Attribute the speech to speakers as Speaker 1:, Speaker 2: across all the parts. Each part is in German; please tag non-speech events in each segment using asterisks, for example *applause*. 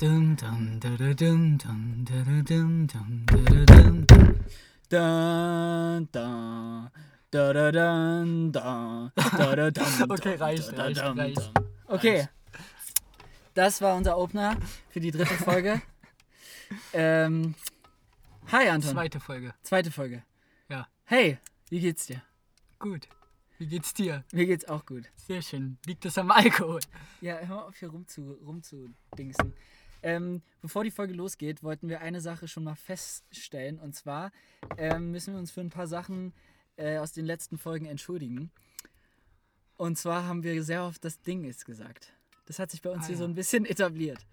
Speaker 1: Dum, dum, da, da, dum, dum, da, da, dum, dum, da, da, dum, dum.
Speaker 2: Da, da, da, da, da, da, da, da, dam,
Speaker 1: *laughs* Okay,
Speaker 2: dam,
Speaker 1: reicht,
Speaker 2: da,
Speaker 1: reicht,
Speaker 2: da, dam,
Speaker 1: reicht.
Speaker 2: dam. Okay.
Speaker 1: Reicht.
Speaker 2: Das war unser Opener für die dritte Folge. ähm, hi Anton,
Speaker 1: Zweite Folge.
Speaker 2: zweite Folge.
Speaker 1: Ja.
Speaker 2: Hey, wie
Speaker 1: *laughs*
Speaker 2: geht's dir?
Speaker 1: Gut. Wie geht's dir?
Speaker 2: Mir geht's auch gut.
Speaker 1: Sehr schön. Liegt das am Alkohol?
Speaker 2: Ja, hör mal auf hier rumzu, rumzudingsen. Ähm, bevor die Folge losgeht, wollten wir eine Sache schon mal feststellen. Und zwar ähm, müssen wir uns für ein paar Sachen äh, aus den letzten Folgen entschuldigen. Und zwar haben wir sehr oft das Ding ist gesagt. Das hat sich bei
Speaker 1: Ah,
Speaker 2: uns hier
Speaker 1: ja.
Speaker 2: so ein bisschen etabliert.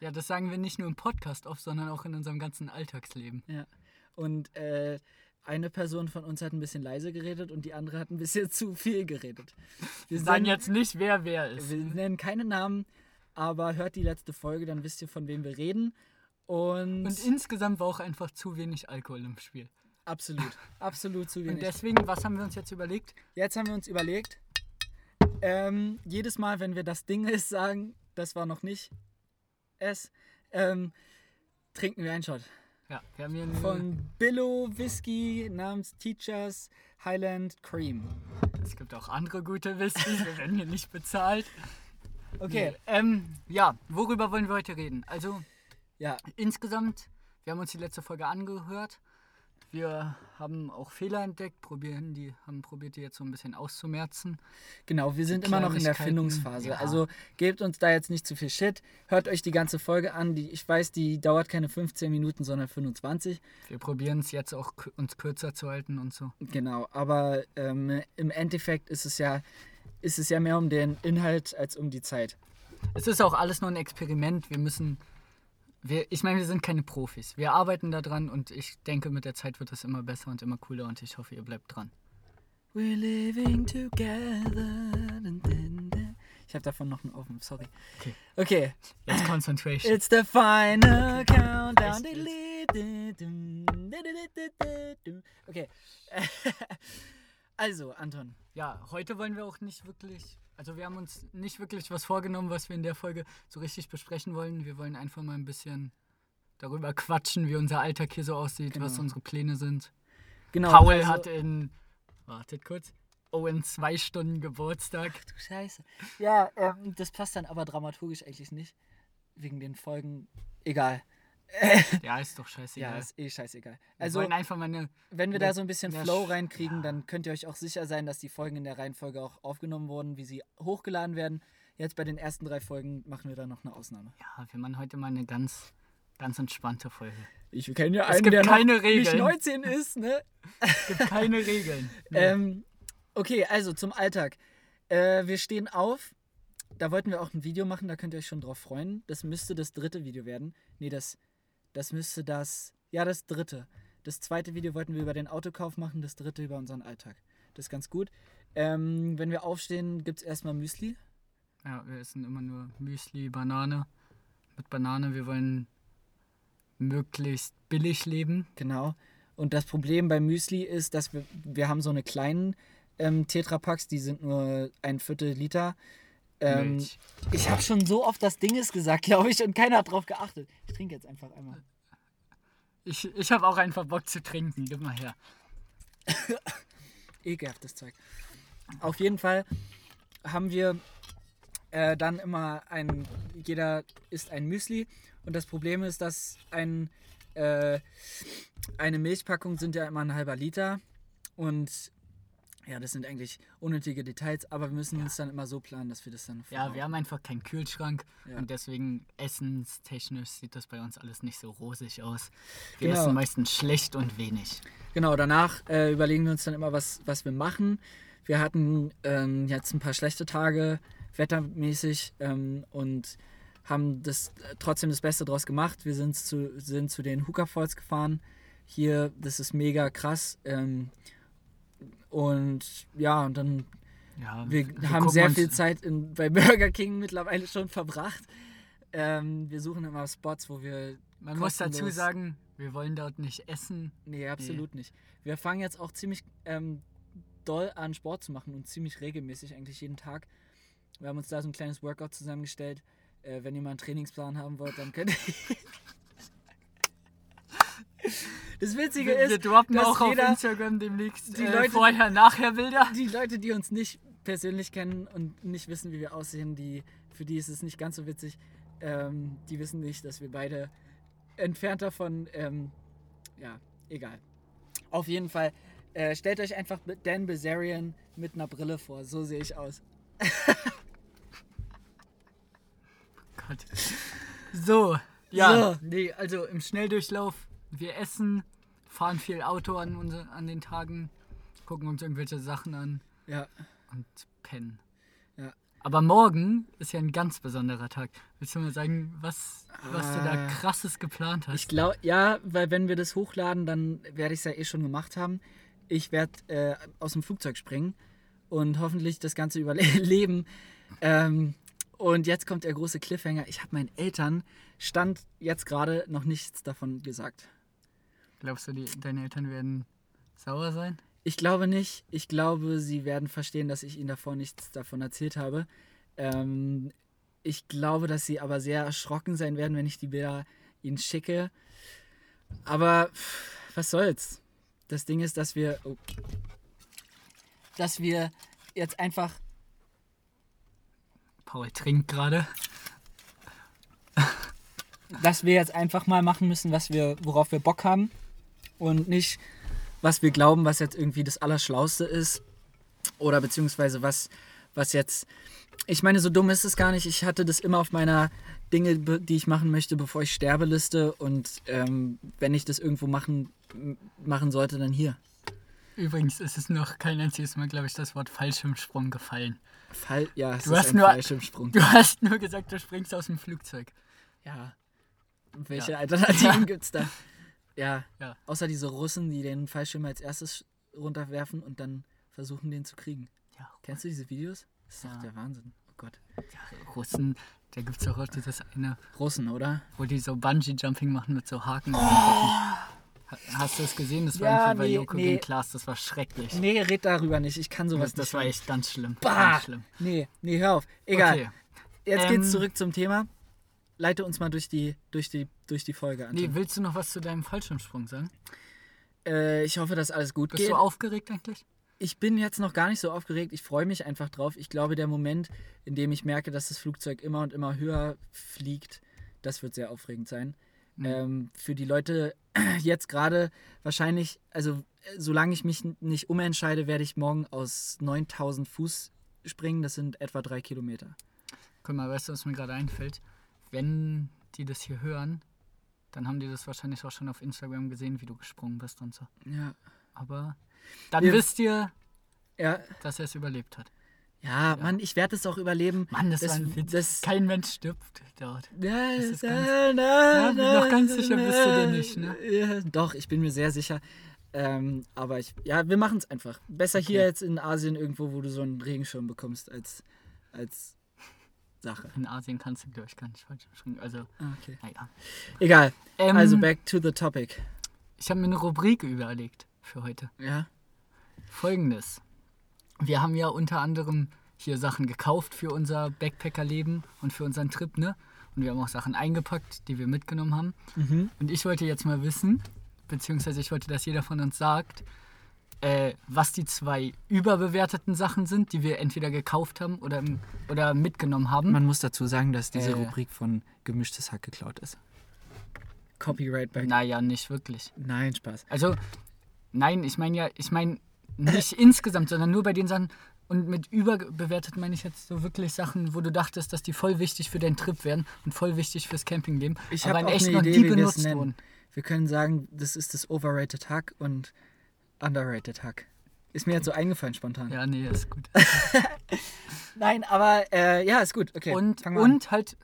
Speaker 1: Ja, das sagen wir nicht nur im Podcast oft, sondern auch in unserem ganzen Alltagsleben.
Speaker 2: Ja. Und äh, eine Person von uns hat ein bisschen leise geredet und die andere hat ein bisschen *laughs* zu viel geredet.
Speaker 1: Wir
Speaker 2: Wir
Speaker 1: sagen
Speaker 2: sind-
Speaker 1: jetzt nicht, wer wer ist.
Speaker 2: Wir nennen keine Namen, aber hört die letzte Folge, dann wisst ihr, von wem wir reden. Und,
Speaker 1: Und insgesamt war auch einfach zu wenig Alkohol im Spiel.
Speaker 2: absolut, absolut
Speaker 1: *laughs*
Speaker 2: zu
Speaker 1: Und
Speaker 2: wenig.
Speaker 1: deswegen, was haben wir uns jetzt überlegt?
Speaker 2: Jetzt haben wir uns überlegt, ähm, jedes Mal, wenn wir das Ding *laughs* ist, sagen, das war noch nicht es, ähm, trinken wir einen Shot.
Speaker 1: Ja, wir haben hier eine,
Speaker 2: Von Billow Whisky namens Teachers Highland Cream.
Speaker 1: es gibt auch andere gute Whiskys, wir werden hier nicht bezahlt.
Speaker 2: Okay,
Speaker 1: Nee, Ähm, ja, worüber wollen wir heute reden? Also,
Speaker 2: ja,
Speaker 1: insgesamt, wir haben uns die letzte Folge angehört. Wir haben auch Fehler entdeckt, probieren die, haben probiert die jetzt so ein bisschen auszumerzen.
Speaker 2: Genau, wir sind immer noch in der
Speaker 1: Kleinigkeiten,
Speaker 2: Findungsphase.
Speaker 1: ja.
Speaker 2: Also gebt uns da jetzt nicht zu viel Shit. Hört euch die ganze Folge an. Die, ich weiß, die dauert keine 15 Minuten, sondern 25.
Speaker 1: Wir probieren es jetzt auch k- uns kürzer zu halten und so.
Speaker 2: Genau, aber ähm, im Endeffekt ist es, ja, ist es ja mehr um den Inhalt als um die Zeit.
Speaker 1: Es ist auch alles nur ein Experiment. Wir müssen, wir, ich meine, wir sind keine Profis. Wir arbeiten daran und ich denke, mit der Zeit wird es immer besser und immer cooler und ich hoffe, ihr bleibt dran.
Speaker 2: We're living together. Dun, dun, dun. Ich habe davon noch einen offen, sorry.
Speaker 1: Okay.
Speaker 2: Okay,
Speaker 1: Jetzt Concentration.
Speaker 2: It's the final countdown.
Speaker 1: Echt
Speaker 2: Okay. Also, Anton.
Speaker 1: Ja, heute wollen wir auch nicht wirklich, also wir haben uns nicht wirklich was vorgenommen, was wir in der Folge so richtig besprechen wollen. Wir wollen einfach mal ein bisschen darüber quatschen, wie unser Alltag hier so aussieht, was
Speaker 2: Genau.
Speaker 1: unsere Pläne sind.
Speaker 2: Genau.
Speaker 1: Paul
Speaker 2: also-
Speaker 1: hat in, wartet kurz, oh, in zwei Stunden
Speaker 2: *laughs*
Speaker 1: Geburtstag.
Speaker 2: Du Scheiße. Ja, ähm, das passt dann aber dramaturgisch eigentlich nicht. Wegen den Folgen. Egal.
Speaker 1: Ja, ist doch scheißegal.
Speaker 2: Ja, ist eh scheißegal.
Speaker 1: also, wir
Speaker 2: Also,
Speaker 1: wollen einfach mal eine,
Speaker 2: wenn wir
Speaker 1: eine-
Speaker 2: da so ein bisschen
Speaker 1: eine
Speaker 2: Flow
Speaker 1: Sch-
Speaker 2: reinkriegen,
Speaker 1: ja.
Speaker 2: dann könnt ihr euch auch sicher sein, dass die Folgen in der Reihenfolge auch aufgenommen wurden, wie sie hochgeladen werden. Jetzt bei den ersten drei Folgen machen wir da noch eine Ausnahme.
Speaker 1: ja, wir machen heute mal eine ganz, ganz entspannte
Speaker 2: *laughs*
Speaker 1: Folge.
Speaker 2: Ich kenne ja
Speaker 1: Es gibt keine
Speaker 2: nicht
Speaker 1: Regeln.
Speaker 2: 19 ist, ne?
Speaker 1: Es gibt keine Regeln.
Speaker 2: *laughs* Ähm, okay, also zum Alltag. Äh, wir stehen auf. Da wollten wir auch ein Video machen, da könnt ihr euch schon drauf freuen. Das müsste das dritte Video werden. Nee, das, das müsste das. Ja, das dritte. Das zweite Video wollten wir über den Autokauf machen, das dritte über unseren Alltag. Das ist ganz gut. Ähm, wenn wir aufstehen, gibt es erstmal Müsli.
Speaker 1: Ja, wir essen immer nur Müsli, Banane. Mit Banane, wir wollen möglichst billig leben.
Speaker 2: Genau. Und das Problem bei Müsli ist, dass wir, wir haben so eine kleinen ähm, Tetrapacks, die sind nur ein Viertel Liter. Ähm,
Speaker 1: Milch.
Speaker 2: Ich habe schon so oft das Ding ist gesagt, *laughs* glaube ich, und keiner hat drauf geachtet. Ich trinke jetzt einfach einmal.
Speaker 1: Ich, ich habe auch einfach Bock zu trinken, gib mal her.
Speaker 2: Ekelhaftes Zeug. Auf jeden Fall haben wir äh, dann immer ein, jeder isst ein Müsli und das Problem ist, dass ein, äh, eine Milchpackung sind ja immer ein halber Liter und ja, das sind eigentlich unnötige Details, aber wir müssen uns dann immer so planen, dass wir das dann
Speaker 1: Ja,
Speaker 2: verbrauchen.
Speaker 1: wir haben einfach keinen Kühlschrank
Speaker 2: Genau. Ja.
Speaker 1: und deswegen essenstechnisch sieht das bei uns alles nicht so rosig aus. Wir
Speaker 2: Genau.
Speaker 1: essen meistens schlecht und wenig.
Speaker 2: Genau, danach äh, überlegen wir uns dann immer, was, was wir machen. Wir hatten ähm, jetzt ein paar schlechte Tage wettermäßig ähm, und haben das äh, trotzdem das Beste draus gemacht. Wir sind zu, sind zu den Hooker Falls gefahren. Hier, das ist mega krass. Ähm, und ja, und dann
Speaker 1: Ja,
Speaker 2: wir, haben
Speaker 1: gucken
Speaker 2: sehr
Speaker 1: uns-
Speaker 2: viel Zeit in, bei Burger King mittlerweile schon verbracht. Ähm, wir suchen immer Spots, wo wir
Speaker 1: Man muss dazu
Speaker 2: kostenlos-
Speaker 1: sagen, wir wollen dort nicht essen.
Speaker 2: Nee, absolut
Speaker 1: Mhm.
Speaker 2: nicht. Wir fangen jetzt auch ziemlich ähm, doll an, Sport zu machen und ziemlich regelmäßig, eigentlich jeden Tag. Wir haben uns da so ein kleines Workout zusammengestellt. Äh, wenn ihr mal einen Trainingsplan haben wollt, dann könnt ihr. *laughs* das Witzige
Speaker 1: Wir,
Speaker 2: ist,
Speaker 1: wir droppen
Speaker 2: dass
Speaker 1: auch auf
Speaker 2: jeder-
Speaker 1: Instagram demnächst
Speaker 2: die
Speaker 1: äh,
Speaker 2: Leute- *laughs*
Speaker 1: vorher-nachher-Bilder.
Speaker 2: die Leute, die uns nicht persönlich kennen und nicht wissen, wie wir aussehen, die, für die ist es nicht ganz so witzig. Ähm, die wissen nicht, dass wir beide entfernt davon. Ähm, ja, egal. Auf jeden Fall äh, stellt euch einfach Dan Bazarian mit einer Brille vor. So sehe ich aus.
Speaker 1: Gott. So, ja.
Speaker 2: So.
Speaker 1: Nee, also im Schnelldurchlauf, wir essen, fahren viel Auto an, unser, an den Tagen, gucken uns irgendwelche Sachen an
Speaker 2: Ja,
Speaker 1: und pennen.
Speaker 2: Ja.
Speaker 1: Aber morgen ist ja ein ganz besonderer Tag. Willst du mal sagen, was, was du da
Speaker 2: Ah.
Speaker 1: krasses geplant hast?
Speaker 2: ich glaube, ja, weil wenn wir das hochladen, dann werde ich es ja eh schon gemacht haben. Ich werde äh, aus dem Flugzeug springen und hoffentlich das Ganze *laughs* überleben. Ähm, und jetzt kommt der große Cliffhanger. Ich habe meinen Eltern, stand jetzt gerade, noch nichts davon gesagt.
Speaker 1: Glaubst du, die, deine Eltern werden sauer sein?
Speaker 2: Ich glaube nicht. Ich glaube, sie werden verstehen, dass ich ihnen davor nichts davon erzählt habe. Ähm, ich glaube, dass sie aber sehr erschrocken sein werden, wenn ich die Bilder ihnen schicke. Aber pff, was soll's? Das Ding ist, dass wir, oh, dass wir jetzt einfach
Speaker 1: Paul trinkt gerade.
Speaker 2: dass wir jetzt einfach mal machen müssen, was wir, worauf wir Bock haben und nicht, was wir glauben, was jetzt irgendwie das Allerschlauste ist oder beziehungsweise was, was jetzt, ich meine, so dumm ist es gar nicht. Ich hatte das immer auf meiner Dinge, be- die ich machen möchte, bevor ich sterbe, Liste und ähm, wenn ich das irgendwo machen, m- machen sollte, dann hier.
Speaker 1: Übrigens ist es noch kein einziges Mal, glaube ich, das Wort Fallschirmsprung gefallen. *laughs*
Speaker 2: Fall, ja, es
Speaker 1: Du
Speaker 2: ist
Speaker 1: hast
Speaker 2: ein
Speaker 1: nur-
Speaker 2: Fallschirmsprung.
Speaker 1: Du hast nur gesagt, du springst aus dem Flugzeug.
Speaker 2: Ja.
Speaker 1: *laughs*
Speaker 2: Welche
Speaker 1: Ja.
Speaker 2: Alternativen gibt's da? Ja.
Speaker 1: Ja.
Speaker 2: Außer diese Russen, die den Fallschirm als erstes runterwerfen und dann versuchen, den zu kriegen.
Speaker 1: Ja.
Speaker 2: Kennst du diese Videos? Das ist
Speaker 1: Ja.
Speaker 2: doch der Wahnsinn. Oh Gott.
Speaker 1: Ja, Russen, da gibt es auch heute das eine,
Speaker 2: Russen, oder?
Speaker 1: wo die so Bungee-Jumping machen mit so Haken. Ha- Hast du das gesehen? Das war
Speaker 2: Oh. Ja,
Speaker 1: irgendwie bei
Speaker 2: nee,
Speaker 1: Joko
Speaker 2: nee.
Speaker 1: gegen Klaas, das war schrecklich.
Speaker 2: Nee, red darüber nicht. Ich kann sowas
Speaker 1: Das, das
Speaker 2: nicht.
Speaker 1: war echt ganz schlimm.
Speaker 2: bah!
Speaker 1: Ganz schlimm.
Speaker 2: Nee, nee, hör auf. Egal.
Speaker 1: Okay.
Speaker 2: Jetzt
Speaker 1: Ähm.
Speaker 2: geht's zurück zum Thema. Leite uns mal durch die, durch die, durch die Folge an.
Speaker 1: Nee, willst du noch was zu deinem Fallschirmsprung sagen?
Speaker 2: Äh, ich hoffe, dass alles gut
Speaker 1: Bist
Speaker 2: geht.
Speaker 1: du aufgeregt eigentlich?
Speaker 2: ich bin jetzt noch gar nicht so aufgeregt. Ich freue mich einfach drauf. Ich glaube, der Moment, in dem ich merke, dass das Flugzeug immer und immer höher fliegt, das wird sehr aufregend sein.
Speaker 1: Mhm.
Speaker 2: Ähm, für die Leute *clears throat* jetzt gerade wahrscheinlich, also äh, solange ich mich n- nicht umentscheide, werde ich morgen aus 9000 Fuß springen. Das sind etwa drei Kilometer.
Speaker 1: Guck mal, weißt du, was mir gerade einfällt? Wenn die das hier hören, dann haben die das wahrscheinlich auch schon auf Instagram gesehen, wie du gesprungen bist und so.
Speaker 2: Ja.
Speaker 1: Aber dann
Speaker 2: Wir-
Speaker 1: wisst ihr,
Speaker 2: Ja,
Speaker 1: dass er es überlebt hat.
Speaker 2: ja, Mann, ich werde es auch überleben.
Speaker 1: Mann, das,
Speaker 2: Das-
Speaker 1: war ein Witz.
Speaker 2: das-
Speaker 1: Kein Mensch stirbt dort.
Speaker 2: Ja,
Speaker 1: Das ist
Speaker 2: na,
Speaker 1: ganz-
Speaker 2: na,
Speaker 1: Ja, bin doch
Speaker 2: na,
Speaker 1: ganz sicher bist du dir
Speaker 2: na,
Speaker 1: nicht, ne?
Speaker 2: Ja, doch, ich bin mir sehr sicher. Ähm, aber ich, ja, wir machen es einfach. Besser hier
Speaker 1: Okay.
Speaker 2: jetzt in Asien irgendwo, wo du so einen Regenschirm bekommst, als, als Sache.
Speaker 1: In Asien kannst du, glaube ich, gar nicht Fallschirm springen. Also,
Speaker 2: Ah, Okay.
Speaker 1: naja.
Speaker 2: Egal.
Speaker 1: Ähm,
Speaker 2: also back to the topic.
Speaker 1: Ich habe mir eine Rubrik überlegt für heute.
Speaker 2: Ja.
Speaker 1: Folgendes. Wir haben ja unter anderem hier Sachen gekauft für unser Backpacker-Leben und für unseren Trip, ne? Und wir haben auch Sachen eingepackt, die wir mitgenommen haben.
Speaker 2: Mhm.
Speaker 1: Und ich wollte jetzt mal wissen, beziehungsweise ich wollte, dass jeder von uns sagt, äh, was die zwei überbewerteten Sachen sind, die wir entweder gekauft haben oder, im- oder mitgenommen haben.
Speaker 2: Man muss dazu sagen, dass diese
Speaker 1: Äh.
Speaker 2: Rubrik von gemischtes Hack geklaut ist. Copyright back.
Speaker 1: Naja, nicht wirklich.
Speaker 2: Nein, Spaß.
Speaker 1: Also, nein, ich meine ja, ich meine nicht *laughs* insgesamt, sondern nur bei den Sachen. Und mit überbewertet meine ich jetzt so wirklich Sachen, wo du dachtest, dass die voll wichtig für deinen Trip wären und voll wichtig fürs Campingleben.
Speaker 2: Ich
Speaker 1: aber
Speaker 2: habe
Speaker 1: in
Speaker 2: auch
Speaker 1: echt
Speaker 2: eine
Speaker 1: noch
Speaker 2: Idee,
Speaker 1: nie
Speaker 2: wie wir es
Speaker 1: benutzt
Speaker 2: nennen.
Speaker 1: wurden.
Speaker 2: Wir können sagen, das ist das Overrated Hack und Underrated Hack. Ist mir jetzt so eingefallen spontan.
Speaker 1: Ja, nee, ist
Speaker 2: *laughs*
Speaker 1: gut.
Speaker 2: Nein, aber äh, ja, ist gut. Okay.
Speaker 1: und
Speaker 2: fangen wir
Speaker 1: und halt,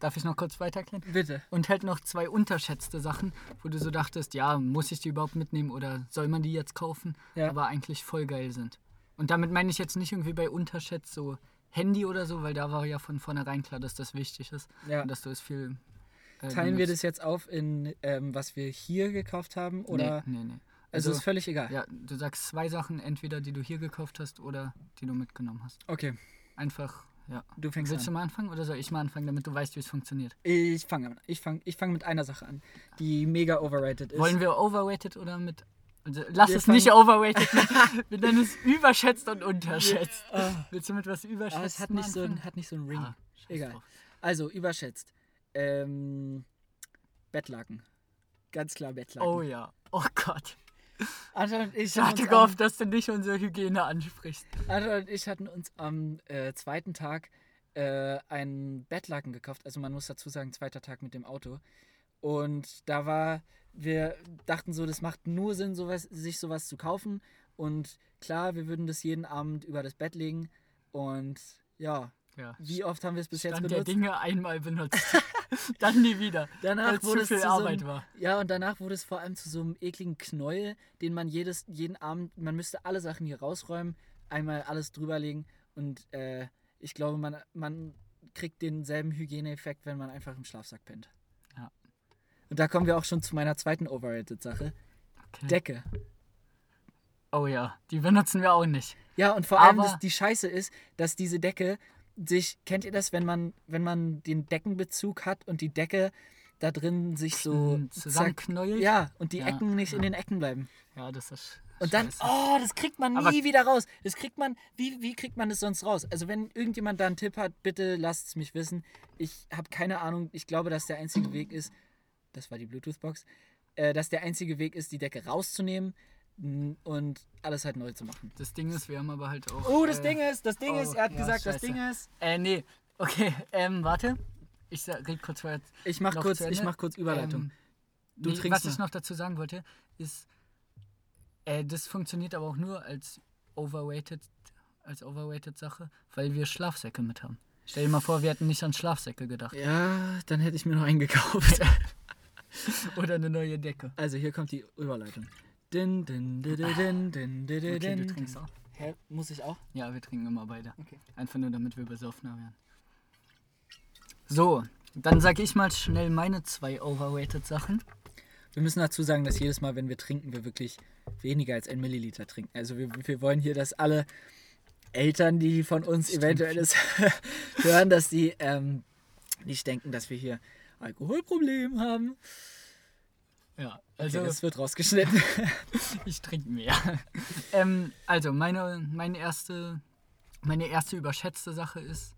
Speaker 1: darf ich noch kurz weiterklären?
Speaker 2: an. bitte.
Speaker 1: Und halt noch zwei unterschätzte Sachen, wo du so dachtest, ja, muss ich die überhaupt mitnehmen oder soll man die jetzt kaufen?
Speaker 2: Ja.
Speaker 1: Aber eigentlich voll geil sind. Und damit meine ich jetzt nicht irgendwie bei unterschätzt so Handy oder so, weil da war ja von vornherein klar, dass das wichtig ist.
Speaker 2: Ja.
Speaker 1: Und dass du es viel. äh,
Speaker 2: Teilen wir
Speaker 1: benutzt.
Speaker 2: das jetzt auf in ähm, was wir hier gekauft haben oder
Speaker 1: Nee, nee, nee.
Speaker 2: also,
Speaker 1: Also,
Speaker 2: ist völlig egal.
Speaker 1: ja, du sagst zwei Sachen, entweder die du hier gekauft hast oder die du mitgenommen hast.
Speaker 2: Okay.
Speaker 1: Einfach Ja.
Speaker 2: Du fängst
Speaker 1: Willst du
Speaker 2: an.
Speaker 1: mal anfangen oder soll ich mal anfangen, damit du weißt, wie es funktioniert?
Speaker 2: Ich fange an. Ich fange ich fang mit einer Sache an, die mega overrated ist.
Speaker 1: Wollen wir overrated oder mit. Also, lass
Speaker 2: Wir
Speaker 1: es nicht
Speaker 2: fangen- *laughs*
Speaker 1: overrated. nennen. wir nennen es überschätzt und unterschätzt.
Speaker 2: Ah.
Speaker 1: Willst du mit was überschätzt?
Speaker 2: Ah, es hat nicht, so ein, hat nicht so einen Ring.
Speaker 1: Ah, scheiß
Speaker 2: Egal.
Speaker 1: drauf.
Speaker 2: Also, überschätzt. Ähm, Bettlaken. Ganz klar Bettlaken.
Speaker 1: Oh ja. Oh Gott.
Speaker 2: Anton und Also, ich
Speaker 1: Ich
Speaker 2: hatten
Speaker 1: hatte
Speaker 2: uns
Speaker 1: gehofft, dass du nicht unsere Hygiene ansprichst.
Speaker 2: am, Anton und ich hatten uns am äh, zweiten Tag äh, einen Bettlaken gekauft. Also man muss dazu sagen, zweiter Tag mit dem Auto. Und da war, wir dachten so, das macht nur Sinn, sowas, sich sowas zu kaufen. Und klar, wir würden das jeden Abend über das Bett legen. Und ja,
Speaker 1: Ja.
Speaker 2: wie oft haben wir es bis jetzt
Speaker 1: Stand der
Speaker 2: benutzt?
Speaker 1: Dinge einmal
Speaker 2: *laughs*
Speaker 1: benutzt. Dann nie wieder.
Speaker 2: Danach
Speaker 1: weil's
Speaker 2: wurde
Speaker 1: zu
Speaker 2: es
Speaker 1: viel
Speaker 2: zu so einem-
Speaker 1: Arbeit war.
Speaker 2: Ja, und danach wurde es vor allem zu so einem ekligen Knäuel, den man jedes, jeden Abend, man müsste alle Sachen hier rausräumen, einmal alles drüberlegen und äh, ich glaube, man, man kriegt denselben Hygieneeffekt, wenn man einfach im Schlafsack pennt.
Speaker 1: Ja.
Speaker 2: Und da kommen wir auch schon zu meiner zweiten Overrated-Sache,
Speaker 1: Okay.
Speaker 2: Decke.
Speaker 1: Oh ja, die benutzen wir auch nicht.
Speaker 2: Ja, und vor allem
Speaker 1: Aber-
Speaker 2: das, die Scheiße ist, dass diese Decke sich, kennt ihr das, wenn man, wenn man den Deckenbezug hat und die Decke da drin sich so
Speaker 1: Hm,
Speaker 2: zack-
Speaker 1: Zusammenknäuel.
Speaker 2: Ja, und die
Speaker 1: Ja,
Speaker 2: Ecken nicht in
Speaker 1: ja.
Speaker 2: den Ecken bleiben.
Speaker 1: ja, das ist.
Speaker 2: Und dann,
Speaker 1: scheiße.
Speaker 2: oh, das kriegt man nie
Speaker 1: Aber-
Speaker 2: wieder raus. Das kriegt man, wie, wie kriegt man das sonst raus? Also wenn irgendjemand da einen Tipp hat, bitte lasst es mich wissen. Ich habe keine Ahnung. Ich glaube, dass der einzige Weg ist, das war die Bluetooth-Box, äh, dass der einzige Weg ist, die Decke rauszunehmen m, und alles halt neu zu machen.
Speaker 1: Das Ding ist, wir haben aber halt auch.
Speaker 2: Oh, das
Speaker 1: äh,
Speaker 2: Ding ist, das Ding
Speaker 1: oh,
Speaker 2: ist, er hat
Speaker 1: ja,
Speaker 2: gesagt, das
Speaker 1: scheiße.
Speaker 2: Ding ist.
Speaker 1: Äh, nee. Okay, ähm, warte. Ich sag, red kurz vorher.
Speaker 2: Ich mach
Speaker 1: Noch
Speaker 2: kurz,
Speaker 1: zu
Speaker 2: ich
Speaker 1: Ende?
Speaker 2: mach kurz Überleitung.
Speaker 1: Ähm,
Speaker 2: Du
Speaker 1: nee,
Speaker 2: trinkst
Speaker 1: Was ich
Speaker 2: mal.
Speaker 1: noch dazu sagen wollte, ist, äh, das funktioniert aber auch nur als overweighted, als overweighted Sache, weil wir Schlafsäcke mit haben. Stell dir mal vor, wir hätten nicht an Schlafsäcke gedacht.
Speaker 2: Ja, dann hätte ich mir noch einen gekauft.
Speaker 1: *laughs* Oder eine neue Decke.
Speaker 2: *laughs* Also hier kommt die Überleitung. Din, din, din, din, din, din, din,
Speaker 1: Okay, du
Speaker 2: din,
Speaker 1: trinkst
Speaker 2: din.
Speaker 1: auch.
Speaker 2: Hä, muss ich auch?
Speaker 1: Ja, wir trinken immer beide.
Speaker 2: Okay.
Speaker 1: Einfach nur, damit wir besoffener werden. So, dann sag ich mal schnell meine zwei overweighted Sachen.
Speaker 2: Wir müssen dazu sagen, dass jedes Mal, wenn wir trinken, wir wirklich weniger als ein Milliliter trinken. Also wir, wir wollen hier, dass alle Eltern, die von uns eventuell das *laughs* hören, dass die ähm, nicht denken, dass wir hier Alkoholproblem haben. Okay,
Speaker 1: Ja,
Speaker 2: also
Speaker 1: also
Speaker 2: das wird rausgeschnitten.
Speaker 1: ich trinke mehr. *laughs* ähm, also meine, meine, erste, meine erste überschätzte Sache ist,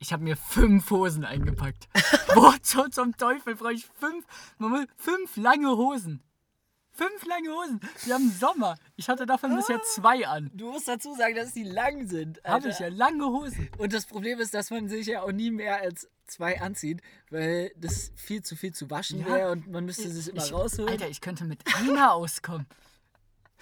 Speaker 1: ich habe mir fünf Hosen
Speaker 2: *laughs*
Speaker 1: eingepackt. Wozu zum Teufel brauche ich fünf, Mama, fünf lange Hosen? Fünf lange Hosen. Wir haben Sommer. Ich hatte davon
Speaker 2: Ah.
Speaker 1: bisher zwei an.
Speaker 2: *laughs* Du musst dazu sagen, dass die lang sind.
Speaker 1: Habe ich ja lange Hosen.
Speaker 2: Und das Problem ist, dass man sich ja auch nie mehr als zwei anzieht, weil das viel zu viel zu waschen
Speaker 1: Ja.
Speaker 2: wäre und man müsste sich immer
Speaker 1: ich,
Speaker 2: rausholen.
Speaker 1: Alter, ich könnte mit einer auskommen.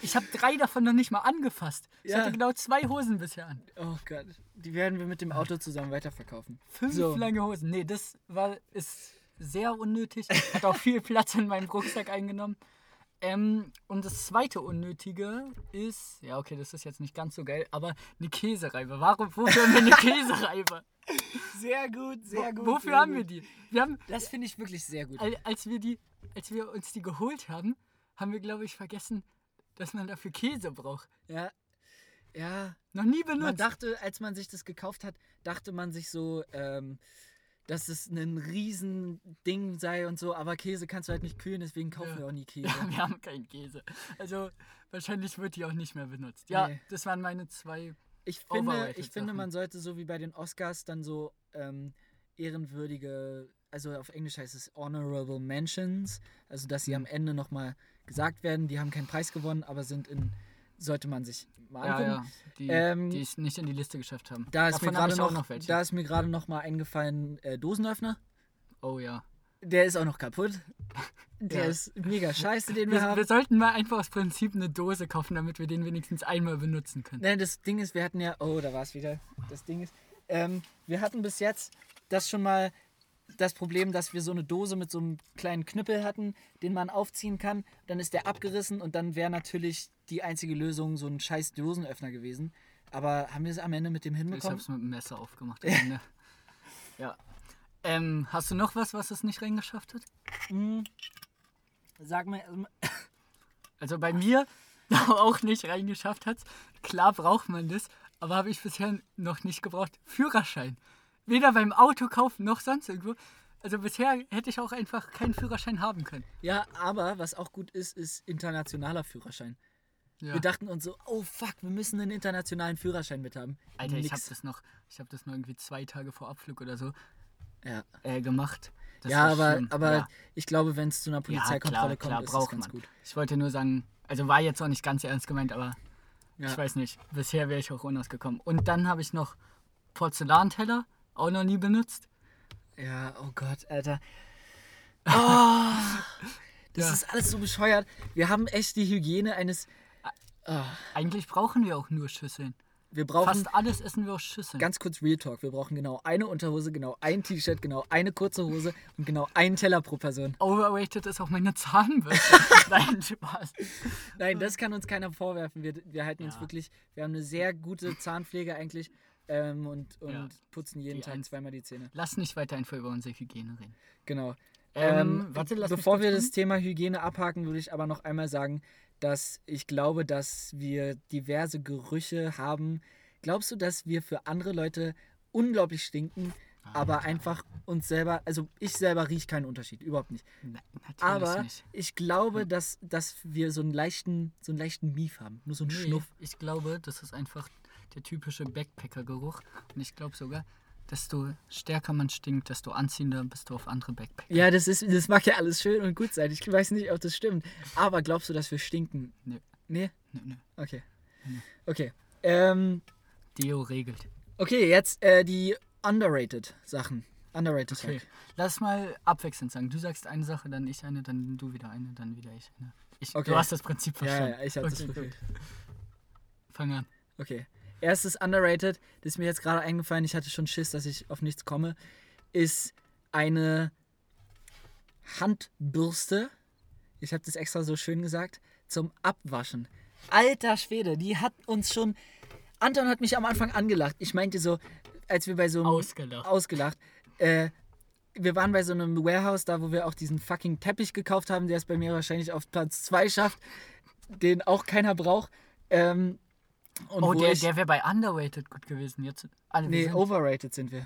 Speaker 1: Ich habe drei davon noch nicht mal angefasst. Ich
Speaker 2: Ja.
Speaker 1: hatte genau zwei Hosen bisher an.
Speaker 2: Oh Gott, die werden wir mit dem Auto zusammen weiterverkaufen.
Speaker 1: Fünf
Speaker 2: So.
Speaker 1: lange Hosen. Nee, das war, ist sehr unnötig. Hat auch viel Platz in meinem Rucksack eingenommen. Ähm, und das zweite Unnötige ist, ja okay, das ist jetzt nicht ganz so geil, aber eine Käsereibe. Warum, wofür haben wir
Speaker 2: *laughs*
Speaker 1: eine Käsereibe?
Speaker 2: Sehr gut, sehr gut.
Speaker 1: wofür
Speaker 2: sehr
Speaker 1: haben
Speaker 2: gut.
Speaker 1: wir die? Wir haben,
Speaker 2: Das finde ich wirklich sehr gut.
Speaker 1: al- als wir die, als wir uns die geholt haben, haben wir glaube ich vergessen, dass man dafür Käse braucht.
Speaker 2: Ja. Ja.
Speaker 1: Noch nie *laughs*
Speaker 2: Man
Speaker 1: benutzt.
Speaker 2: dachte, als man sich das gekauft hat, dachte man sich so, ähm, dass es ein Riesending sei und so, aber Käse kannst du halt nicht kühlen, deswegen kaufen
Speaker 1: Ja.
Speaker 2: wir auch nie Käse.
Speaker 1: *laughs* Ja, wir haben keinen Käse. Also wahrscheinlich wird die auch nicht mehr benutzt. Ja,
Speaker 2: Nee.
Speaker 1: das waren meine zwei
Speaker 2: Ich finde,
Speaker 1: Overrated
Speaker 2: ich finde,
Speaker 1: Sachen.
Speaker 2: man sollte so wie bei den Oscars dann so ähm, ehrenwürdige, also auf Englisch heißt es Honorable Mentions, also dass sie am Ende nochmal gesagt werden, die haben keinen Preis gewonnen, aber sind in, sollte man sich mal
Speaker 1: Ja,
Speaker 2: angucken.
Speaker 1: ja. Die,
Speaker 2: Ähm,
Speaker 1: die es nicht in die Liste geschafft haben.
Speaker 2: Da ist
Speaker 1: Davon
Speaker 2: mir
Speaker 1: habe
Speaker 2: gerade
Speaker 1: ich auch
Speaker 2: noch,
Speaker 1: welche.
Speaker 2: da ist mir gerade noch mal eingefallen äh, Dosenöffner.
Speaker 1: oh ja.
Speaker 2: Der ist auch noch kaputt. Der
Speaker 1: Ja.
Speaker 2: ist mega scheiße, den
Speaker 1: Wir,
Speaker 2: wir haben.
Speaker 1: wir sollten mal einfach aus Prinzip eine Dose kaufen, damit wir den wenigstens einmal benutzen können.
Speaker 2: Ne, das Ding ist, wir hatten ja. Oh, da war es wieder. Das Ding ist, ähm, wir hatten bis jetzt das schon mal das Problem, dass wir so eine Dose mit so einem kleinen Knüppel hatten, den man aufziehen kann. Dann ist der abgerissen und dann wäre natürlich die einzige Lösung so ein scheiß Dosenöffner gewesen. Aber haben wir es am Ende mit dem
Speaker 1: Ich habe
Speaker 2: hinbekommen?
Speaker 1: es mit dem Messer aufgemacht. am
Speaker 2: *laughs*
Speaker 1: Ende. ja. Ähm, hast du noch was, was es nicht reingeschafft hat?
Speaker 2: Sag mal, *laughs* ähm,
Speaker 1: *laughs* Also bei mir auch nicht reingeschafft hat. Klar braucht man das, aber habe ich bisher noch nicht gebraucht. Führerschein. Weder beim Autokauf noch sonst irgendwo. Also bisher hätte ich auch einfach keinen Führerschein haben können.
Speaker 2: Ja, aber was auch gut ist, ist internationaler Führerschein.
Speaker 1: Ja.
Speaker 2: Wir dachten uns so, oh fuck, wir müssen einen internationalen Führerschein mit haben.
Speaker 1: Alter, ich habe
Speaker 2: Nix.
Speaker 1: das noch, ich habe das nur irgendwie zwei Tage vor Abflug oder so
Speaker 2: Ja,
Speaker 1: äh, gemacht. Das
Speaker 2: ja
Speaker 1: war
Speaker 2: aber,
Speaker 1: schlimm.
Speaker 2: aber
Speaker 1: Ja.
Speaker 2: ich glaube, wenn es zu einer Polizeikontrolle
Speaker 1: ja, klar,
Speaker 2: kommt,
Speaker 1: klar,
Speaker 2: ist es
Speaker 1: braucht
Speaker 2: ganz
Speaker 1: man.
Speaker 2: gut.
Speaker 1: Ich wollte nur sagen, also war jetzt auch nicht ganz ernst gemeint, aber
Speaker 2: Ja.
Speaker 1: ich weiß nicht. Bisher wäre ich auch ohne ausgekommen. Und dann habe ich noch Porzellanteller, auch noch nie benutzt.
Speaker 2: Ja, oh Gott, *laughs* Alter. Oh, das
Speaker 1: Ja.
Speaker 2: ist alles so bescheuert. Wir haben echt die Hygiene eines.
Speaker 1: Eigentlich brauchen wir auch nur Schüsseln.
Speaker 2: Wir brauchen
Speaker 1: Fast alles essen wir aus Schüsseln.
Speaker 2: ganz kurz Real Talk. Wir brauchen genau eine Unterhose, genau ein T-Shirt, genau eine kurze Hose und genau einen Teller pro Person.
Speaker 1: Overrated ist auch meine Zahnbürste.
Speaker 2: *laughs*
Speaker 1: Nein, Spaß.
Speaker 2: Nein, das kann uns keiner vorwerfen. Wir, wir halten uns
Speaker 1: Ja.
Speaker 2: wirklich. Wir haben eine sehr gute Zahnpflege eigentlich ähm, und, und
Speaker 1: Ja.
Speaker 2: putzen jeden
Speaker 1: Die
Speaker 2: Tag
Speaker 1: eins-
Speaker 2: zweimal die Zähne.
Speaker 1: Lass nicht weiter einfach über unsere Hygiene reden.
Speaker 2: Genau.
Speaker 1: Ähm,
Speaker 2: Ähm,
Speaker 1: warte, lass mich
Speaker 2: bevor
Speaker 1: kurz
Speaker 2: wir
Speaker 1: gucken.
Speaker 2: das Thema Hygiene abhaken, würde ich aber noch einmal sagen, dass ich glaube, dass wir diverse Gerüche haben. Glaubst du, dass wir für andere Leute unglaublich stinken,
Speaker 1: Ah,
Speaker 2: aber einfach uns selber, also ich selber rieche keinen Unterschied, überhaupt nicht.
Speaker 1: Nein, natürlich
Speaker 2: Aber
Speaker 1: nicht. Hm.
Speaker 2: ich glaube, dass, dass wir so einen leichten, so einen leichten Mief haben, nur so einen
Speaker 1: Nee,
Speaker 2: Schnuff.
Speaker 1: Ich glaube, das ist einfach der typische Backpacker-Geruch. Und ich glaube sogar, desto stärker man stinkt, desto anziehender bist du auf andere Backpacker.
Speaker 2: Ja, das ist, das mag ja alles schön und gut sein. Ich weiß nicht, ob das stimmt. Aber glaubst du, dass wir stinken?
Speaker 1: Nö,
Speaker 2: Nee?
Speaker 1: nö, nö.
Speaker 2: Okay. Okay. Ähm,
Speaker 1: Deo regelt.
Speaker 2: Okay, jetzt äh, die underrated Sachen. Underrated
Speaker 1: Okay.
Speaker 2: Sachen.
Speaker 1: Lass mal abwechselnd sagen. Du sagst eine Sache, dann ich eine, dann du wieder eine, dann wieder ich eine. Ich,
Speaker 2: Okay.
Speaker 1: Du hast das Prinzip
Speaker 2: Ja,
Speaker 1: verstanden.
Speaker 2: ja, ich hatte das Gefühl.
Speaker 1: Fang an.
Speaker 2: Okay. Erstes underrated, das ist mir jetzt gerade eingefallen, ich hatte schon Schiss, dass ich auf nichts komme, ist eine Handbürste. Ich habe das extra so schön gesagt, zum Abwaschen. Alter Schwede, die hat uns schon Anton hat mich am Anfang angelacht. Ich meinte so, als wir bei so einem
Speaker 1: Ausgelacht.
Speaker 2: ausgelacht. Äh, wir waren bei so einem Warehouse, da wo wir auch diesen fucking Teppich gekauft haben, der es bei mir wahrscheinlich auf Platz 2 schafft, den auch keiner braucht. Ähm, und
Speaker 1: Oh,
Speaker 2: wo
Speaker 1: der,
Speaker 2: ich,
Speaker 1: der wäre bei Underrated gut gewesen. Jetzt alle wir
Speaker 2: nee,
Speaker 1: sind-
Speaker 2: overrated sind wir.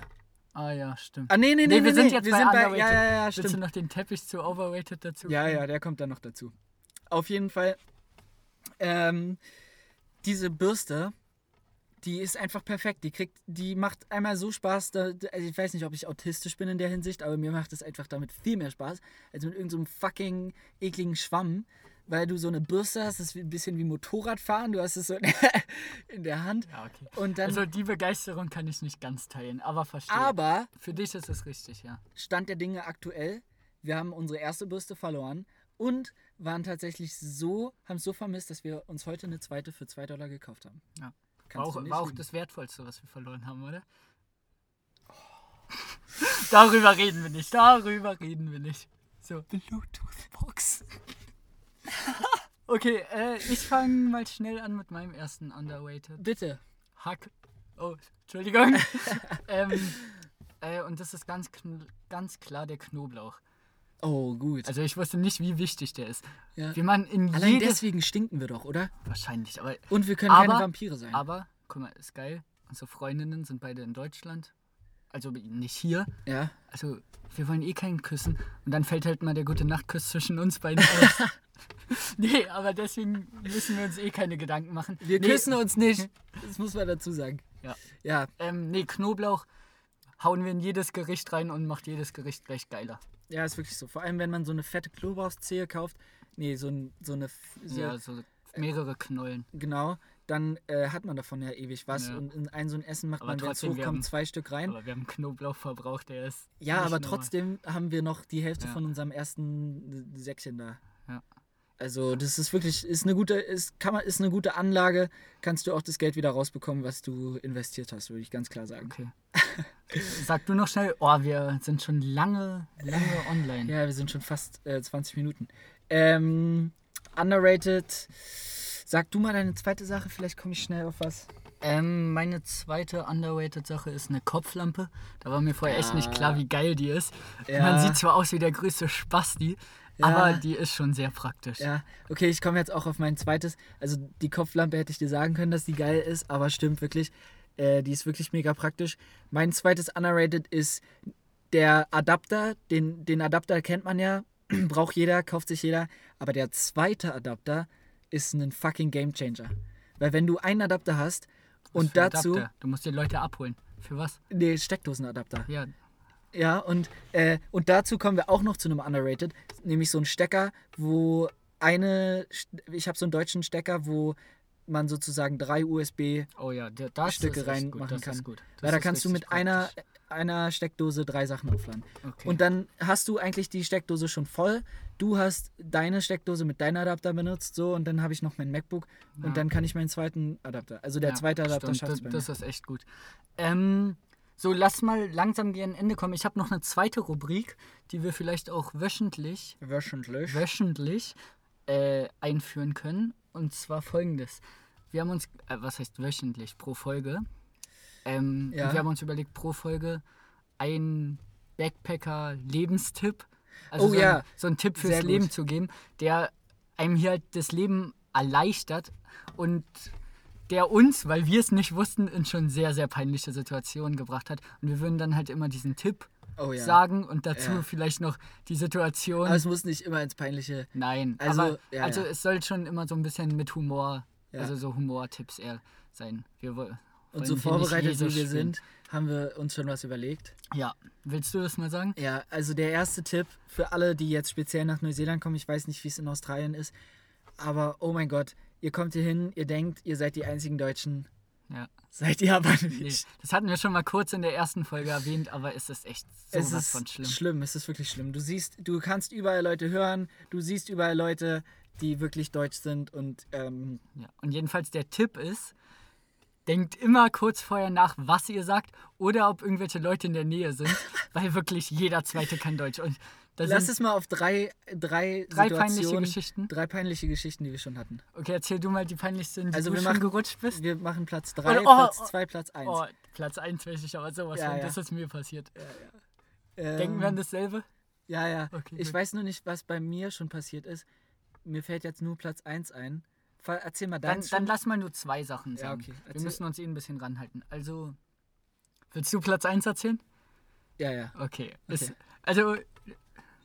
Speaker 1: Ah ja, stimmt.
Speaker 2: Ah, nee, nee, nee,
Speaker 1: wir
Speaker 2: nee,
Speaker 1: sind
Speaker 2: nee,
Speaker 1: jetzt
Speaker 2: wir
Speaker 1: bei
Speaker 2: sind bei-
Speaker 1: Underrated.
Speaker 2: ja, ja, ja,
Speaker 1: Willst du
Speaker 2: stimmt.
Speaker 1: noch den Teppich zu Overrated dazu?
Speaker 2: Ja, ja, der kommt dann noch dazu. Auf jeden Fall, ähm, diese Bürste, die ist einfach perfekt. Die kriegt, die macht einmal so Spaß. Da, da- also ich weiß nicht, ob ich autistisch bin in der Hinsicht, aber mir macht es einfach damit viel mehr Spaß, als mit irgendeinem so einem fucking ekligen Schwamm. Weil du so eine Bürste hast, das ist wie- ein bisschen wie Motorradfahren, du hast es so *laughs* in der, in der Hand.
Speaker 1: Ja, okay.
Speaker 2: Und dann,
Speaker 1: also die Begeisterung kann ich nicht ganz teilen, aber verstehe.
Speaker 2: aber
Speaker 1: Für dich ist es richtig, ja.
Speaker 2: Stand der Dinge aktuell, wir haben unsere erste Bürste verloren und waren tatsächlich so, haben es so vermisst, dass wir uns heute eine zweite für 2 Dollar gekauft haben.
Speaker 1: ja. War
Speaker 2: Kannst
Speaker 1: auch,
Speaker 2: du nicht
Speaker 1: war auch
Speaker 2: lügen.
Speaker 1: das Wertvollste, was wir verloren haben, oder? *laughs* darüber reden wir nicht, darüber reden wir nicht. So.
Speaker 2: Bluetooth-Box.
Speaker 1: *laughs* Okay, äh, ich fange mal schnell an mit meinem ersten Underrated.
Speaker 2: Bitte.
Speaker 1: Hack. Oh,
Speaker 2: *laughs*
Speaker 1: Entschuldigung. ähm, äh, und das ist ganz, kn- ganz klar der Knoblauch.
Speaker 2: Oh, gut.
Speaker 1: Also ich wusste nicht, wie wichtig der ist.
Speaker 2: Ja.
Speaker 1: Wie man in
Speaker 2: Allein
Speaker 1: jedes...
Speaker 2: deswegen stinken wir doch, oder?
Speaker 1: Wahrscheinlich, aber
Speaker 2: Und wir können keine
Speaker 1: Aber-
Speaker 2: Vampire sein.
Speaker 1: Aber, guck mal, ist geil. Unsere Freundinnen sind beide in Deutschland. Also nicht hier.
Speaker 2: ja.
Speaker 1: Also wir wollen eh keinen küssen. Und dann fällt halt mal der gute Nachtkuss zwischen uns beiden aus.
Speaker 2: *laughs*
Speaker 1: nee, aber deswegen müssen wir uns eh keine Gedanken machen.
Speaker 2: Wir
Speaker 1: nee,
Speaker 2: küssen uns nicht. Das muss man dazu sagen.
Speaker 1: Ja.
Speaker 2: Ja,
Speaker 1: Ähm, nee, Knoblauch hauen wir in jedes Gericht rein und macht jedes Gericht gleich geiler.
Speaker 2: ja, ist wirklich so. Vor allem, wenn man so eine fette Knoblauchzehe kauft. Nee, so, ein, so eine. f- So,
Speaker 1: Ja, so mehrere Knollen.
Speaker 2: Genau. Dann äh, hat man davon ja ewig was.
Speaker 1: Ja.
Speaker 2: Und in ein so ein Essen macht
Speaker 1: Aber
Speaker 2: man, wenn es
Speaker 1: trotzdem, wir haben-
Speaker 2: hochkommt, zwei Stück rein.
Speaker 1: Aber wir haben Knoblauch verbraucht, der ist.
Speaker 2: Ähm. Ja,
Speaker 1: nicht
Speaker 2: aber
Speaker 1: normal.
Speaker 2: trotzdem haben wir noch die Hälfte
Speaker 1: Ja.
Speaker 2: von unserem ersten äh, Säckchen da.
Speaker 1: Ja.
Speaker 2: Also das ist wirklich, ist eine gute, ist, kann man, ist eine gute Anlage. Kannst du auch das Geld wieder rausbekommen, was du investiert hast, würde ich ganz klar sagen.
Speaker 1: Okay. Sag du noch schnell, oh, wir sind schon lange, lange online.
Speaker 2: Ja, wir sind schon fast äh, 20 Minuten. Ähm, underrated. Sag du mal deine zweite Sache, vielleicht komme ich schnell auf was.
Speaker 1: Ähm, meine zweite underrated Sache ist eine Kopflampe. Da war mir vorher echt nicht klar, wie geil die ist.
Speaker 2: Ja.
Speaker 1: Man sieht zwar aus wie der größte Spasti,
Speaker 2: Ja.
Speaker 1: aber die ist schon sehr praktisch.
Speaker 2: Ja, okay, ich komme jetzt auch auf mein zweites. Also die Kopflampe hätte ich dir sagen können, dass die geil ist, aber stimmt wirklich. Äh, die ist wirklich mega praktisch. Mein zweites Underrated ist der Adapter. Den, den Adapter kennt man ja, *clears throat* braucht jeder, kauft sich jeder. Aber der zweite Adapter ist ein fucking Gamechanger. Weil wenn du einen Adapter hast
Speaker 1: Was
Speaker 2: und
Speaker 1: für ein
Speaker 2: dazu...
Speaker 1: Adapter? Du musst die Leute abholen. Für was?
Speaker 2: Nee, Steckdosenadapter.
Speaker 1: Ja,
Speaker 2: Ja, und, äh, und dazu kommen wir auch noch zu einem Underrated, nämlich so ein Stecker, wo eine, ich habe so einen deutschen Stecker, wo man sozusagen drei USB,
Speaker 1: oh ja, der, das
Speaker 2: Stücke
Speaker 1: ist echt
Speaker 2: reinmachen
Speaker 1: gut. Das
Speaker 2: kann.
Speaker 1: ist gut. Das
Speaker 2: weil da
Speaker 1: ist
Speaker 2: kannst du
Speaker 1: richtig
Speaker 2: mit einer,
Speaker 1: praktisch.
Speaker 2: einer Steckdose drei Sachen aufladen.
Speaker 1: Okay.
Speaker 2: Und dann hast du eigentlich die Steckdose schon voll, du hast deine Steckdose mit deinem Adapter benutzt, so, und dann habe ich noch mein MacBook und
Speaker 1: Ja.
Speaker 2: dann kann ich meinen zweiten Adapter, also der
Speaker 1: Ja,
Speaker 2: zweite Adapter
Speaker 1: stimmt,
Speaker 2: schafft es bei
Speaker 1: das,
Speaker 2: mir.
Speaker 1: das ist echt gut. Ähm, so, lass mal langsam gegen Ende kommen. Ich habe noch eine zweite Rubrik, die wir vielleicht auch wöchentlich,
Speaker 2: Wöchentlich.
Speaker 1: wöchentlich äh, einführen können. Und zwar folgendes. Wir haben uns, äh, was heißt wöchentlich, pro Folge. Ähm,
Speaker 2: Ja.
Speaker 1: Wir haben uns überlegt, pro Folge ein Backpacker-Lebenstipp. Also
Speaker 2: Oh
Speaker 1: so, ein,
Speaker 2: ja.
Speaker 1: so ein Tipp fürs
Speaker 2: Sehr gut.
Speaker 1: Leben zu geben, der einem hier halt das Leben erleichtert und der uns, weil wir es nicht wussten, in schon sehr, sehr peinliche Situationen gebracht hat. Und wir würden dann halt immer diesen Tipp
Speaker 2: Oh ja.
Speaker 1: sagen und dazu
Speaker 2: Ja.
Speaker 1: vielleicht noch die Situation.
Speaker 2: Aber es muss nicht immer ins Peinliche.
Speaker 1: Nein,
Speaker 2: Also,
Speaker 1: also, aber,
Speaker 2: ja,
Speaker 1: also
Speaker 2: ja.
Speaker 1: es soll schon immer so ein bisschen mit Humor,
Speaker 2: Ja.
Speaker 1: also so Humortipps eher sein. Wir woll- wollen
Speaker 2: Und
Speaker 1: hier
Speaker 2: so
Speaker 1: nicht
Speaker 2: vorbereitet,
Speaker 1: Jesus
Speaker 2: wie wir
Speaker 1: spielen.
Speaker 2: sind, haben wir uns schon was überlegt.
Speaker 1: Ja, willst du das mal sagen?
Speaker 2: Ja, also der erste Tipp für alle, die jetzt speziell nach Neuseeland kommen, ich weiß nicht, wie es in Australien ist, aber oh mein Gott, ihr kommt hier hin, ihr denkt, ihr seid die einzigen Deutschen. *laughs*
Speaker 1: Ja.
Speaker 2: Seid ihr aber nicht.
Speaker 1: Nee, das hatten wir schon mal kurz in der ersten Folge erwähnt, aber es ist echt sowas
Speaker 2: es ist
Speaker 1: von schlimm.
Speaker 2: es ist wirklich schlimm. Du siehst, du kannst überall Leute hören, du siehst überall Leute, die wirklich deutsch sind und ähm,
Speaker 1: Ja. Und jedenfalls der Tipp ist, denkt immer kurz vorher nach, was ihr sagt oder ob irgendwelche Leute in der Nähe
Speaker 2: *laughs*
Speaker 1: sind, weil wirklich jeder Zweite kann Deutsch. Und da
Speaker 2: lass
Speaker 1: sind
Speaker 2: es mal auf drei, drei,
Speaker 1: drei peinliche
Speaker 2: Situationen,
Speaker 1: Geschichten.
Speaker 2: drei peinliche Geschichten, die wir schon hatten.
Speaker 1: Okay, erzähl du mal die peinlichsten, die
Speaker 2: Also
Speaker 1: du
Speaker 2: wir
Speaker 1: schon
Speaker 2: machen-
Speaker 1: gerutscht bist.
Speaker 2: Wir machen Platz drei,
Speaker 1: oh, oh,
Speaker 2: Platz zwei, Platz eins.
Speaker 1: Oh, Platz 1 wäre ich aber sowas
Speaker 2: Ja,
Speaker 1: von.
Speaker 2: ja.
Speaker 1: Das ist mir passiert.
Speaker 2: Ähm,
Speaker 1: Denken wir an dasselbe?
Speaker 2: Ja, ja.
Speaker 1: Okay,
Speaker 2: ich
Speaker 1: gut.
Speaker 2: weiß nur nicht, was bei mir schon passiert ist. Mir fällt jetzt nur Platz 1 ein. Ver- Erzähl mal
Speaker 1: Dann,
Speaker 2: deins.
Speaker 1: dann
Speaker 2: schon.
Speaker 1: lass mal nur zwei Sachen
Speaker 2: Ja,
Speaker 1: sagen.
Speaker 2: okay.
Speaker 1: Wir
Speaker 2: Erzähl.
Speaker 1: müssen uns eh ein bisschen ranhalten. Also, willst du Platz 1 erzählen?
Speaker 2: ja, ja.
Speaker 1: Okay. Ist,
Speaker 2: Okay. Äh.
Speaker 1: also,
Speaker 2: Ja,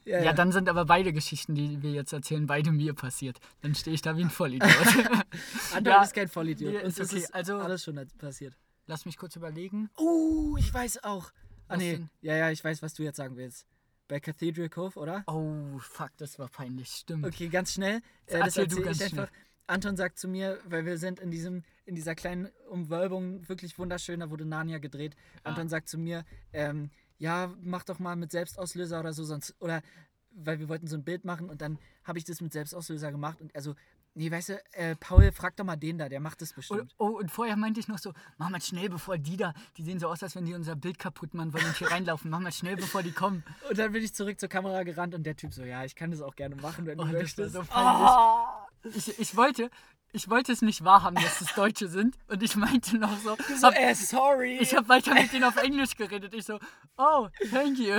Speaker 1: ja,
Speaker 2: ja.
Speaker 1: dann sind aber beide Geschichten, die wir jetzt erzählen, beide mir passiert. Dann stehe ich da wie ein Vollidiot.
Speaker 2: *laughs*
Speaker 1: *laughs*
Speaker 2: Anton
Speaker 1: ja.
Speaker 2: ist kein Vollidiot.
Speaker 1: Nee,
Speaker 2: Uns
Speaker 1: ist
Speaker 2: ist
Speaker 1: okay.
Speaker 2: es
Speaker 1: Also-
Speaker 2: alles schon als- passiert.
Speaker 1: lass mich kurz überlegen.
Speaker 2: Oh, ich weiß auch. Ah,
Speaker 1: Was
Speaker 2: nee.
Speaker 1: denn?
Speaker 2: Ja, ja, ich weiß, was du jetzt sagen willst. Bei Cathedral Cove, oder?
Speaker 1: Oh, fuck, das war peinlich. Stimmt.
Speaker 2: Okay, ganz schnell. Äh, das
Speaker 1: Erzähl
Speaker 2: erzähl
Speaker 1: du ganz
Speaker 2: ich einfach. Anton sagt zu mir, weil wir sind in diesem, in dieser kleinen Umwölbung wirklich wunderschön, da wurde Narnia gedreht.
Speaker 1: Ah.
Speaker 2: Anton sagt zu mir, ähm, ja, mach doch mal mit Selbstauslöser oder so, sonst, oder weil wir wollten so ein Bild machen und dann habe ich das mit Selbstauslöser gemacht und also, nee, weißt du, äh, Paul, frag doch mal den da, der macht das bestimmt.
Speaker 1: Und, oh, und vorher meinte ich noch so, mach mal schnell, bevor die da, die sehen so aus, als wenn die unser Bild kaputt machen wollen und hier reinlaufen. Mach mal schnell, bevor die kommen.
Speaker 2: Und, dann bin ich zurück zur Kamera gerannt und der Typ so, ja, ich kann das auch gerne machen, wenn du
Speaker 1: Oh, das war
Speaker 2: möchtest.
Speaker 1: so peinlich. Oh. Ich, ich, wollte, ich wollte es nicht wahrhaben, dass es Deutsche sind. Und ich meinte noch so,
Speaker 2: so,
Speaker 1: hab,
Speaker 2: äh, sorry.
Speaker 1: ich habe weiter mit denen auf Englisch geredet. Ich so, oh, thank you.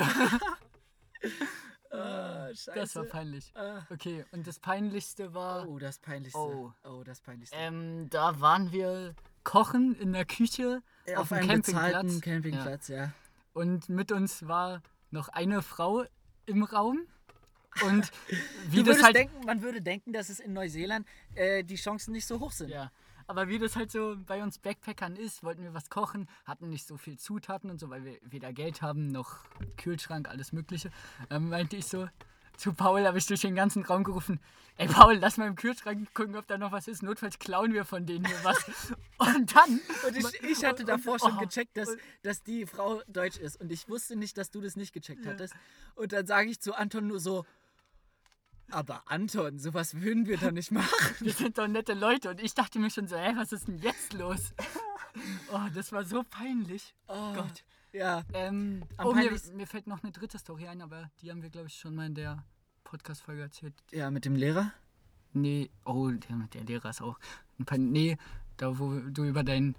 Speaker 2: Ah,
Speaker 1: Das war
Speaker 2: Scheiße.
Speaker 1: peinlich.
Speaker 2: Ah.
Speaker 1: Okay, und das Peinlichste war,
Speaker 2: Oh, das Peinlichste.
Speaker 1: Oh.
Speaker 2: oh das Peinlichste.
Speaker 1: ähm, da waren wir kochen in der Küche
Speaker 2: Ja,
Speaker 1: auf, dem
Speaker 2: einem
Speaker 1: Campingplatz.
Speaker 2: bezahlten Campingplatz, ja.
Speaker 1: Und mit uns war noch eine Frau im Raum. Und wie
Speaker 2: Du
Speaker 1: das
Speaker 2: würdest
Speaker 1: halt
Speaker 2: denken, man würde denken, dass es in Neuseeland äh, die Chancen nicht so hoch sind.
Speaker 1: Ja. Aber wie das halt so bei uns Backpackern ist, wollten wir was kochen, hatten nicht so viel Zutaten und so, weil wir weder Geld haben noch Kühlschrank, alles Mögliche. Ähm, meinte ich so, zu Paul habe ich durch den ganzen Raum gerufen: Ey, Paul, lass mal im Kühlschrank gucken, ob da noch was ist. Notfalls klauen wir von denen hier was. *laughs* und dann. *laughs*
Speaker 2: Und ich, ich hatte davor
Speaker 1: und-
Speaker 2: schon
Speaker 1: oh,
Speaker 2: gecheckt, dass, dass die Frau deutsch ist. Und ich wusste nicht, dass du das nicht gecheckt hattest. Und dann sage ich zu Anton nur so, aber Anton, sowas würden wir doch nicht *laughs* machen.
Speaker 1: Wir sind doch nette Leute. Und ich dachte mir schon so: Hä, was ist denn jetzt los? oh, das war so peinlich.
Speaker 2: Oh,
Speaker 1: Gott.
Speaker 2: Ja,
Speaker 1: Ähm,
Speaker 2: Am
Speaker 1: oh, mir,
Speaker 2: peinlichsten-
Speaker 1: mir fällt noch eine dritte Story ein, aber die haben wir, glaube ich, schon mal in der Podcast-Folge erzählt.
Speaker 2: ja, mit dem Lehrer.
Speaker 1: Nee, oh, der, der Lehrer ist auch. Ein paar, nee, da wo du über dein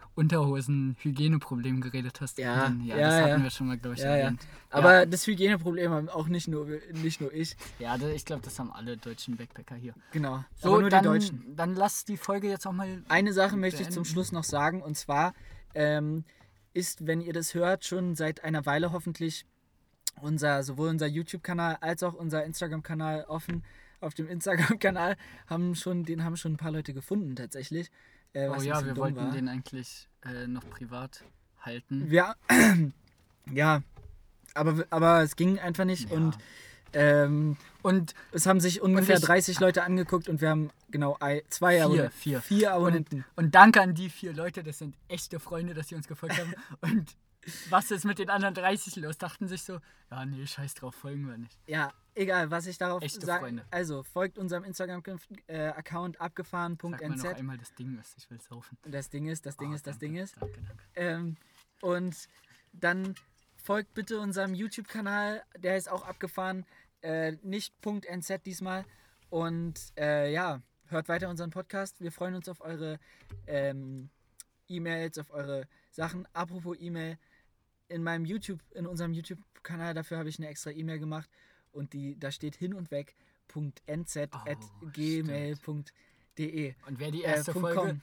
Speaker 1: Unterhosen-Hygieneproblem geredet hast.
Speaker 2: Ja,
Speaker 1: Und ja,
Speaker 2: ja,
Speaker 1: das hatten
Speaker 2: ja.
Speaker 1: wir schon mal, glaube ich,
Speaker 2: Ja, ja.
Speaker 1: erwähnt.
Speaker 2: Aber das Hygieneproblem haben auch nicht nur, nicht nur ich.
Speaker 1: Ja, da- ich glaube, das haben alle deutschen Backpacker hier.
Speaker 2: Genau.
Speaker 1: So,
Speaker 2: aber nur
Speaker 1: dann,
Speaker 2: die Deutschen.
Speaker 1: Dann lass die Folge jetzt auch mal.
Speaker 2: Eine Sache möchte ich zum
Speaker 1: beenden.
Speaker 2: Schluss noch sagen und zwar ähm, ist, wenn ihr das hört, schon seit einer Weile hoffentlich unser sowohl unser YouTube-Kanal als auch unser Instagram-Kanal offen. Auf dem Instagram-Kanal haben schon den haben schon ein paar Leute gefunden tatsächlich. Äh,
Speaker 1: Oh
Speaker 2: was ein
Speaker 1: ja,
Speaker 2: bisschen
Speaker 1: wir
Speaker 2: dumm
Speaker 1: wollten
Speaker 2: war. Hm.
Speaker 1: den eigentlich äh, noch privat halten.
Speaker 2: Ja, *clears throat* ja. Aber, aber es ging einfach nicht
Speaker 1: Ja.
Speaker 2: und ähm,
Speaker 1: Und
Speaker 2: es haben sich ungefähr
Speaker 1: ich-
Speaker 2: 30 Leute angeguckt und wir haben genau ei- zwei
Speaker 1: vier,
Speaker 2: Abonnenten.
Speaker 1: vier.
Speaker 2: Vier Abonnenten.
Speaker 1: Und danke an die vier Leute, das sind echte Freunde, dass sie uns gefolgt haben. *laughs* Und was ist mit den anderen 30 los? Dachten sich so, ja, nee, scheiß drauf, folgen wir nicht.
Speaker 2: Ja, egal, was ich darauf
Speaker 1: Echte
Speaker 2: sage.
Speaker 1: Freunde.
Speaker 2: Also, folgt unserem äh, Instagram-Account
Speaker 1: Sag mal noch
Speaker 2: abgefahren.nz.
Speaker 1: einmal das Ding ist, ich will saufen.
Speaker 2: Das Ding ist, das Ding
Speaker 1: Oh,
Speaker 2: ist, das
Speaker 1: danke,
Speaker 2: Ding ist.
Speaker 1: Danke, danke.
Speaker 2: Ähm, und dann folgt bitte unserem YouTube-Kanal, der ist auch abgefahren. Äh, nicht .nz diesmal. Und äh, ja, hört weiter unseren Podcast. Wir freuen uns auf eure ähm, E-Mails, auf eure Sachen. Apropos E-Mail, in meinem YouTube, in unserem YouTube-Kanal, dafür habe ich eine extra E-Mail gemacht und die, da steht hin und weg .nz@gmail.de.
Speaker 1: Und wer die
Speaker 2: Äh,
Speaker 1: erste
Speaker 2: Punkt
Speaker 1: Folge,
Speaker 2: com.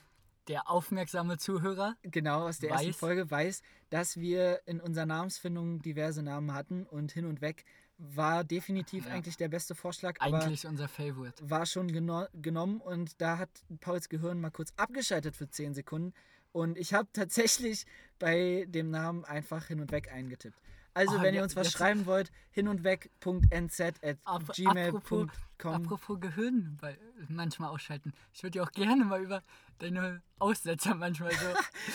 Speaker 1: der aufmerksame Zuhörer,
Speaker 2: genau aus der ersten
Speaker 1: weiß-
Speaker 2: Folge weiß, dass wir in unserer Namensfindung diverse Namen hatten und hin und weg war definitiv
Speaker 1: Ah, Ja.
Speaker 2: eigentlich der beste Vorschlag, aber
Speaker 1: eigentlich unser Favorite.
Speaker 2: war schon geno genommen und da hat Pauls Gehirn mal kurz abgeschaltet für 10 Sekunden und ich habe tatsächlich bei dem Namen einfach hin und weg eingetippt. Also,
Speaker 1: Oh,
Speaker 2: wenn ihr
Speaker 1: ja,
Speaker 2: uns was
Speaker 1: jetzt-
Speaker 2: schreiben wollt, hin und
Speaker 1: Ap-
Speaker 2: weg.nz@gmail.com.
Speaker 1: Apropos Gehirn weil, manchmal ausschalten. Ich würde ja auch gerne mal über deine Aussetzer manchmal
Speaker 2: *laughs*
Speaker 1: so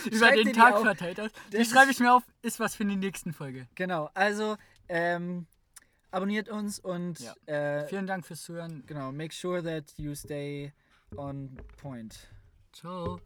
Speaker 1: über
Speaker 2: Schreib dir
Speaker 1: den
Speaker 2: die
Speaker 1: Tag
Speaker 2: auf.
Speaker 1: verteilt aus. Die
Speaker 2: Das
Speaker 1: schreibe
Speaker 2: ist-
Speaker 1: ich mir auf, ist was für die nächsten Folge.
Speaker 2: Genau, also ähm, abonniert uns und
Speaker 1: Ja.
Speaker 2: äh,
Speaker 1: Vielen Dank fürs Zuhören.
Speaker 2: genau, make sure that you stay on point.
Speaker 1: Ciao.